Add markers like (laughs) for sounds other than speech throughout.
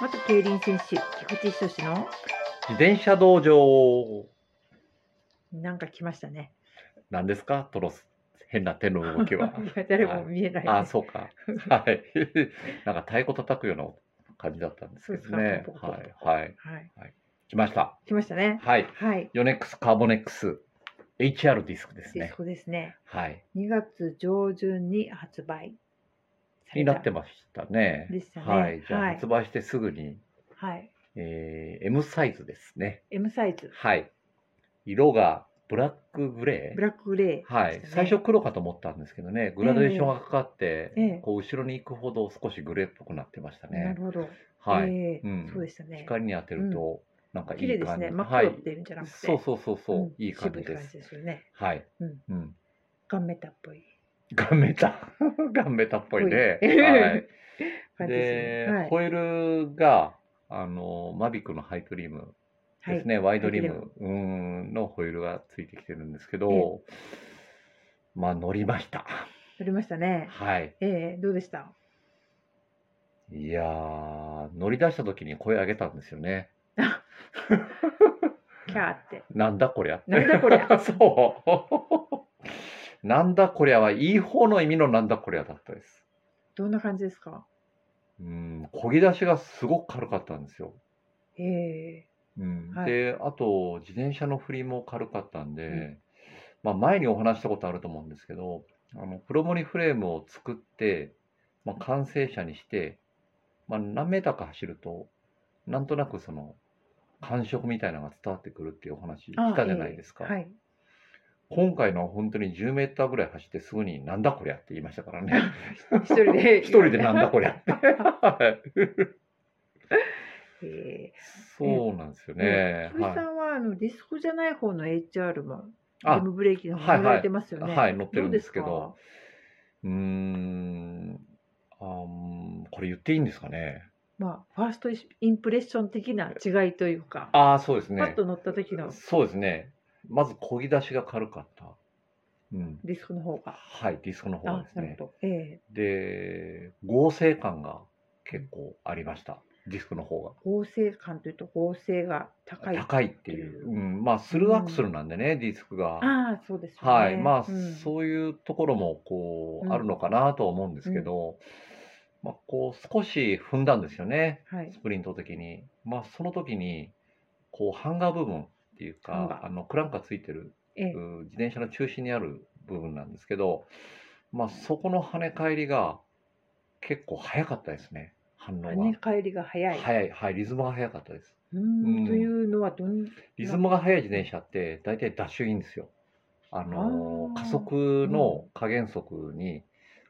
元競輪選手、菊池仁の自転車道場なんか来ました (laughs) ね。なんですかトロス変な手の動き (laughs) は。いや誰も見えない、ねあ、そうか。はい。 (laughs) なんか太鼓叩くような感じだったんですけどねそう。そうはい。はい。はい。来ました。来ましたね。はい。はい。ヨネックスカーボネックス HR ディスクですでねそ。こですね。はい。 2月上旬に発売されにたなってましたね。でしたねはい。じゃはあい発売してすぐに、はい。えー M サイズですね。 M サイズ、はい。色がブラックグレー。ブラックグレー、はい、でした最ね初黒かと思ったんですけどね、グラデーションがかかって、ええこう後ろに行くほど少しグレーっぽくなってましたなね。るほど。はい、えーうんそうでしたね。光に当てると、なんかいい綺麗です感じ。ね。真っは黒っい、ていうんじゃなくて。そうそうそうそう、んいい感じ渋いで感す。じですよね。はい、うんうん、ガンメタっぽいガンメタ、 (laughs) ガンメタっぽいね。 (laughs) ぽいはい、 (laughs) 感じで、ですね。ホイールがあのマビックのハイトリームはい。はですい。ね、ワイドリハイムうんのホイールがついてきてるんですけど、えまあ乗りました。撮りましたね。はい。えー、どうでしたいやー、乗り出した時に声上げたんですよね。キャーって。なんだこりゃって。なんだこり (laughs) ゃそう。 (laughs) なんだこりゃはいい方の意味のなんだこりゃだったです。どんな感じですかうん、漕ぎ出しがすごく軽かったんですよ。ええうんはいで、あと、自転車の振りも軽かったんで、まあ、前にお話ししたことあると思うんですけど、あのプロモリフレームを作って、まあ、完成車にして、まあ、何メーターか走ると、なんとなくその感触みたいなのが伝わってくるっていうお話しあたじゃないですか。ええはい。今回のは本当に10メーターぐらい走ってすぐに、なんだこりゃって言いましたからね。一人で。 (laughs) 一人でなんだこりゃって。はい (laughs) ええそうなんですよね。鈴木はいさんは、あのディスクじゃない方の HR も、あゲームブレーキの方はいは乗いられてますよね。はい乗ってるんですけどうですか。うーんあーこれ言っていいんですかね。まあ、ファーストインプレッション的な違いというか、ああ、そうですパッね。と乗った時のそうですね。まず、漕ぎ出しが軽かった。うん。ディスクの方が。はい、ディスコの方あですなるね。ほど。ええで、合成感が結構ありました。ディスクの方合成感というと合成が高が。い。高いっていう。うん。まあ、スルーアクスルなんでね、ディスクが。ああ、そうですよね。はい、まあ、うんそういうところもこうんうあるのかなとは思うんですけど、まあ、こう少し踏んだんですよね、はいスプリント的に。まあ、その時にこうハンガー部分っていうハンガかーあのクランカーついてるええうー自転車の中心にある部分なんですけど、まあ、そこの跳ね返りが結構早かったですね反応が。跳ね返りが早い。早い、はい、リズムが早かったです。うーんうんというのはどんリズムが速い自転車って大体ダッシュインですよ。あのあー加速の加減速に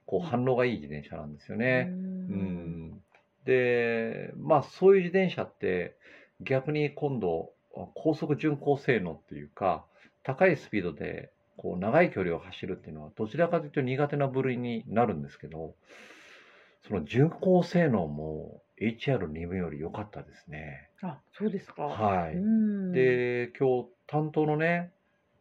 こううん反応がいい自転車なんですよね。うね。ん、でまあそういう自転車って逆に今度高速巡航性能っていうか高いスピードでこう長い距離を走るっていうのはどちらかというと苦手な部類になるんですけどその巡航性能も HR2 分より良かったですね。あ、そうですか。はいうーん、で今日担当のね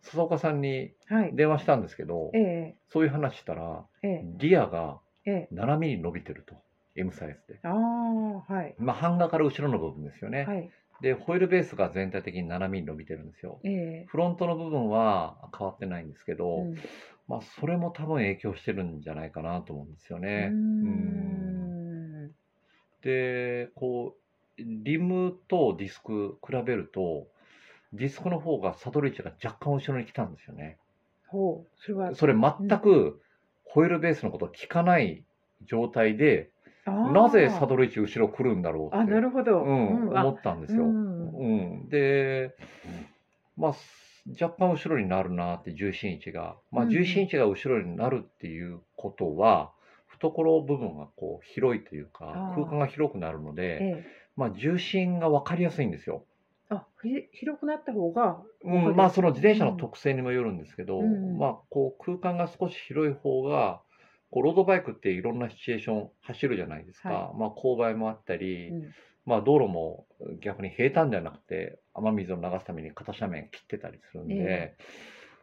笹岡さんにはい。電話したんですけどええそういう話したらええリアがええ。 7ミリ伸びてると M サイズで、ああ、はい。まあ、ハンガーから後ろの部分ですよね、はい。でホイールベースが全体的に7ミリ伸びてるんですよええフロントの部分は変わってないんですけど、うんまあ、それも多分影響してるんじゃないかなと思うんですよね。うーんでこうリムとディスク比べるとディスクの方がサドル位置が若干後ろに来たんですよね。ほう、それは。それ全くホイールベースのことを聞かない状態で、あーなぜサドル位置後ろ来るんだろうあ、ってなるほど。うんあ思ったんですよ。ううんんで、まあ、す若干後ろになるなって重心位置が、まあ、うん重心位置が後ろになるっていうことは、懐部分がこう広いというあかー空間が広くなるえので、えまあ、重心が分かりやすいんですよ。あ、ひ広くなった方が。うわかりやすいん、まあその自転車の特性にもよるんですけど、うんまあこう空間が少し広い方がこうロードバイクっていろんなシチュエーション走るじゃないですか、はまあ勾配もあったり、うんまあ道路も逆に平坦じゃなくて雨水を流すために片斜面切ってたりするんで、え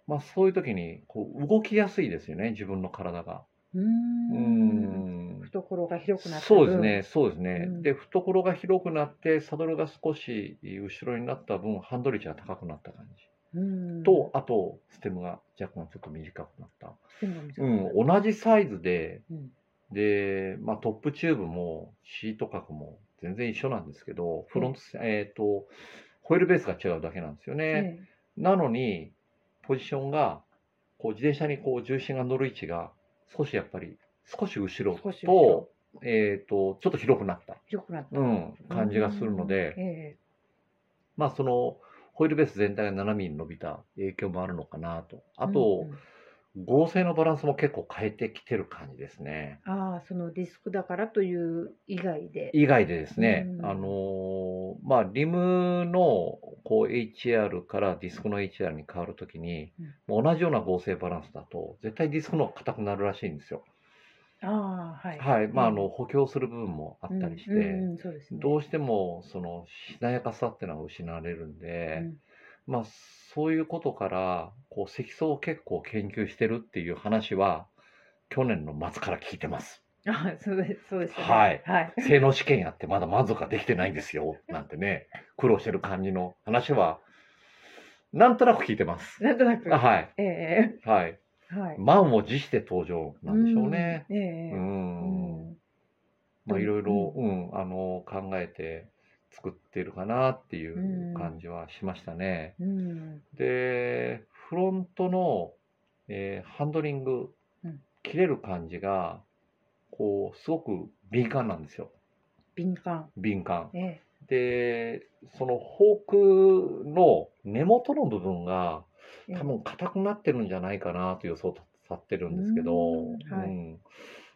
まあそういう時にこう動きやすいですよね自分の体が。うー。うんん懐が広くなってそうですね、そうですね。うんで、懐が広くなって、サドルが少し後ろになった分、ハンドレッジが高くなった感じ。うん。と、あと、ステムが若干ちょっと短くなった。でも見たこうとないん、同じサイズで、うんで、まあ、トップチューブもシート角も全然一緒なんですけど、フロント、えっ、と、ホイールベースが違うだけなんですよね。ええなのに、ポジションが、こう自転車にこう重心が乗る位置が、少しやっぱり、少し後ろ少し後ろと、えっ、と、ちょっと広くなった、広くなったうん、感じがするので、うんえまあ、その、ホイールベース全体が7ミリ伸びた影響もあるのかなと。えあとうんう、ん合成のバランスも結構変えてきてる感じですね。ああそのディスクだからという以外で以外でですね、うんあのーまあ、リムのこう HR からディスクの HR に変わるときに、同じような合成バランスだと、絶対ディスクの方が硬くなるらしいんですよ。ああはいはい、まあ、あうんの補強する部分もあったりして、うんうんそうですねどうしてもそのしなやかさっていうのは失われるんで、まあ、そういうことから、こう積層を結構研究してるっていう話は、去年の末から聞いてまうす。んああそうですそうですよねはいはい性能試験やってまだ満足ができてないんですよなんてね苦労してる感じの話はなんとなく聞いてます。なんとなくあはいええはいはい満を持して登場なんでしょうね。うんえうえんうんまあいろいろ、ううんあの考えて作ってるかなっていうんう感じはしましたね。うんでフロントの、えーハンドリングうん切れる感じがこうすごく敏感なんですよ敏感敏感。ええでそのフォークの根元の部分がええ多分硬くなってるんじゃないかなと予想さってるんですけど、うーんはいうん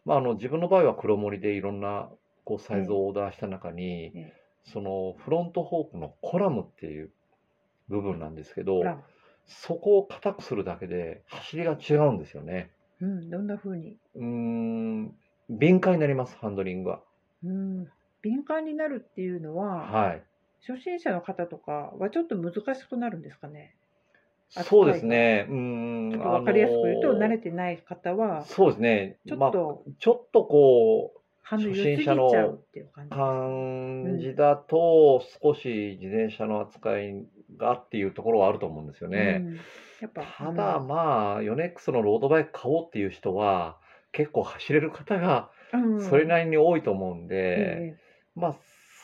まあ、あの自分の場合は黒森でいろんなこうサイズをオーダーした中えに、えそのフロントフォークのコラムっていう部分なんですけどほらそこを硬くするだけで走りが違うんですよね。うんどんな風にうーん敏感になりますハンドリングは。うん敏感になるっていうのははい初心者の方とかはちょっと難しくなるんですかねそうですね。うーん。ちょっとわかりやすく言うと、あのー慣れてない方は、そうですね。ちょまっあ、とちょっとこ反応良初す心ぎち者ゃのうっていう感う、じですか。感じだと、少し自転車の扱いがっていうところはあると思うんですよね。うんやっぱただ、まあ、ヨネックスのロードバイク買おうっていう人は、結構走れる方がうんそれなりに多いと思うんえで、まあ、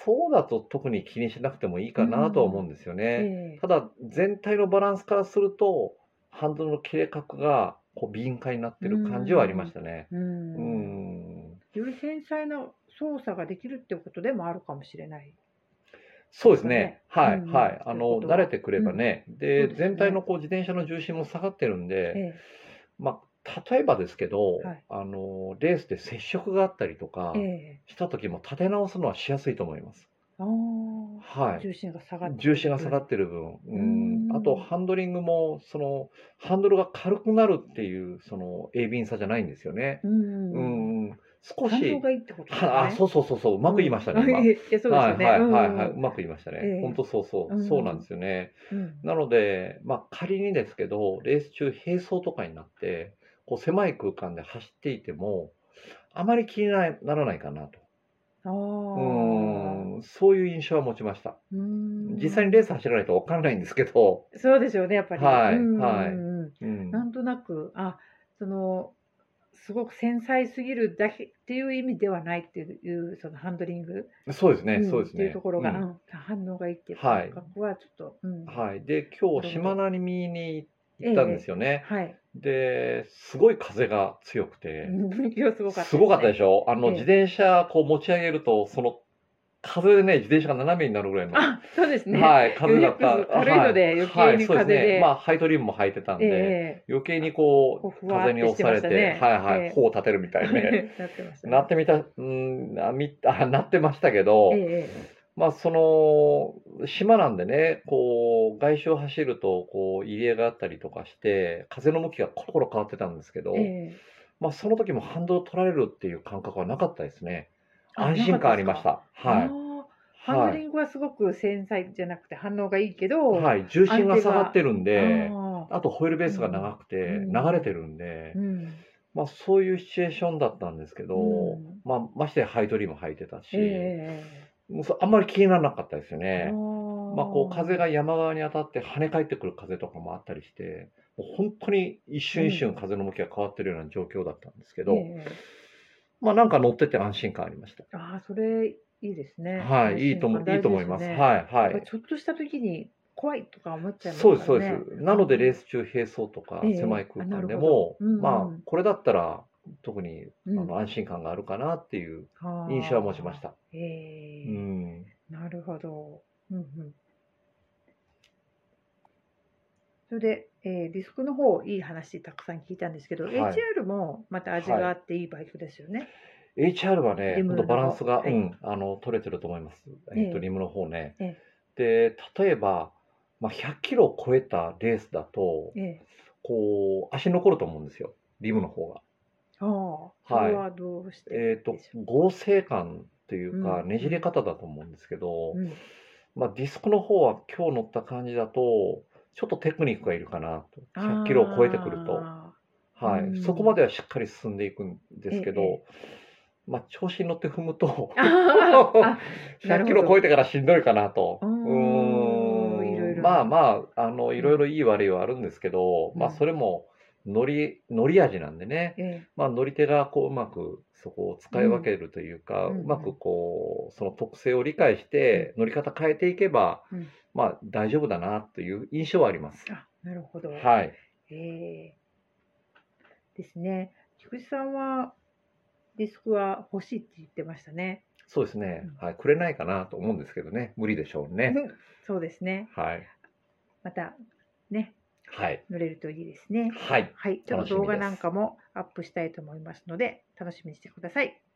そうだと特に気にしなくてもいいかなとは思うんですえよえね。ええただ、全体のバランスからすると、ハンドルの切れ角がこう敏感になってる感じはありましたね。ううんんより繊細な操作ができるってことでもあるかもしれない。そうですね。はい、うんはい。そうあいうの、ことは慣れてくればね。そでうですね全体のこう自転車の重心も下がってるんで、えまあ、例えばですけど、はいあの、レースで接触があったりとかええした時も立て直すのはしやすいと思います。ああ、はい。重心が下がって重心が下がて、ってる分、ううんん、あとハンドリングも、その、ハンドルが軽くなるっていう、その、鋭敏さじゃないんですよね。うんううん、ん、少感し情、がいいってことですね。はあ、そうそうそうそう、ううまく言いましたね、ん (laughs) 今いやそうですよね。はいうんはいはいはい、うまく言いましたね。ええ本当そうそう、うんそうなんですよね。うんなので、まあ仮にですけど、レース中並走とかになって、こう狭い空間で走っていても、あまり気になならないかなと。あうーーん、そういう印象は持ちました。うん実際にレース走らないとわかんないんですけど、そうですよね、やっぱり。はいうんはいうんうんうん、なんとなく、あ、その、すごく繊細すぎるだけっていう意味ではないっていう、そのハンドリング、そうですね、うんそうですね。っていうところが、うんうん反応がいいっていうはい感覚はちょっと、うんはい。で、今日、しまなみに行ったんですよね。はい。 (laughs) で、すごい風が強くて、今日すごかった、すごかったでししょあの、ええ自転車こう持ち上げると、その風でね、自転車が斜めになるぐらいの、あ、そうですね。はい、風だった。よく軽いので余計にそう風すでね。まあ、ハイトリムも履いてたんで、え余計にこう、こうふわーっ風てに押されて、してましたねはいはええい、頬を立てるみたえい (laughs) ね。なってましたね。なってみた、うん、なみあなってましたけど、ええまあ、その、島なんでね、こう、外周を走ると、こう、入り江があったりとかして、風の向きがコロコロ変わってたんですけど、ええまあ、その時も反動を取られるっていう感覚はなかったですね。あ安心感ありました。はあい。ーハンドはリい。ングはすごく繊細じゃなくて反応がいいけど、い、はい。重心が下がってるんで、あーあとホイールベースが長くて、うん流れてるんでう、ん、まあ、そういうシチュエーションだったんですけど、うんまあ、ましてやハイドリーム履いてたし、えもうそあんまり気にならなかったですよえね。まあ、こう風が山側に当たって跳ね返ってくる風とかもあったりしてもう本当に一瞬一瞬風の向きが変わってるような状況だったんですけど、ええまあなんか乗ってて安心感ありました。ああ、それいいですね。はい、いいと思いいと思います。はい、はやっぱい。ちょっとした時に怖いとか思っちゃいますかそうらでね。す、そうです。なので、レース中、並走とかええ狭い空間であなるほも、どうんうんまあ、これだったら、特にあうんの安心感があるかなっていうあー印象を持ちまし。た。えうえん、なるほど。うんうん。それで、えーディスクの方いい話たくさん聞いたんですけど、はい HR もまた味があっていいバイクですよね。 HR はね、リム本の当バランスが、はいうん、あの取れてると思います。えええっと、リムの方ね。えで、例えば、まあ、100キロを超えたレースだと、ええこう、足残ると思うんですよ、リムの方が。ああ、そはいれはどうしてえっとでしょ合成感というかうんねじれ方だと思うんですけど、う。うんまあ、ディスクの方は今日乗った感じだとちょっとテクニックがいるかなと100キロを超えてくると、あはうい、んそこまではしっかり進んでいくんですけど、えまあ、調子に乗って踏むとー (laughs) あなる100ほキどロ超えてからしんどいかなと。ううーんーんいろいろまあまああのいろいろいい悪いはあるんですけど、うんまあ、それも乗り乗り味なんでね。ええまあ、乗り手がこううまくそこを使い分けるというか、ううんまくこうその特性を理解して乗り方変えていけば、うんまあ大丈夫だなという印象はあります。あなるほど。はい、えーですね。菊池さんはディスクは欲しいって言ってましたね。そうですね、はい、くれないかなと思うんですけどね、無理でしょうね。 (laughs) そうですね。はい、またね、はい、乗れるといいですね。はい、はい、ちょっ楽しとみ動画でなすんかもアップしたいと思いますので、楽しみにしてください。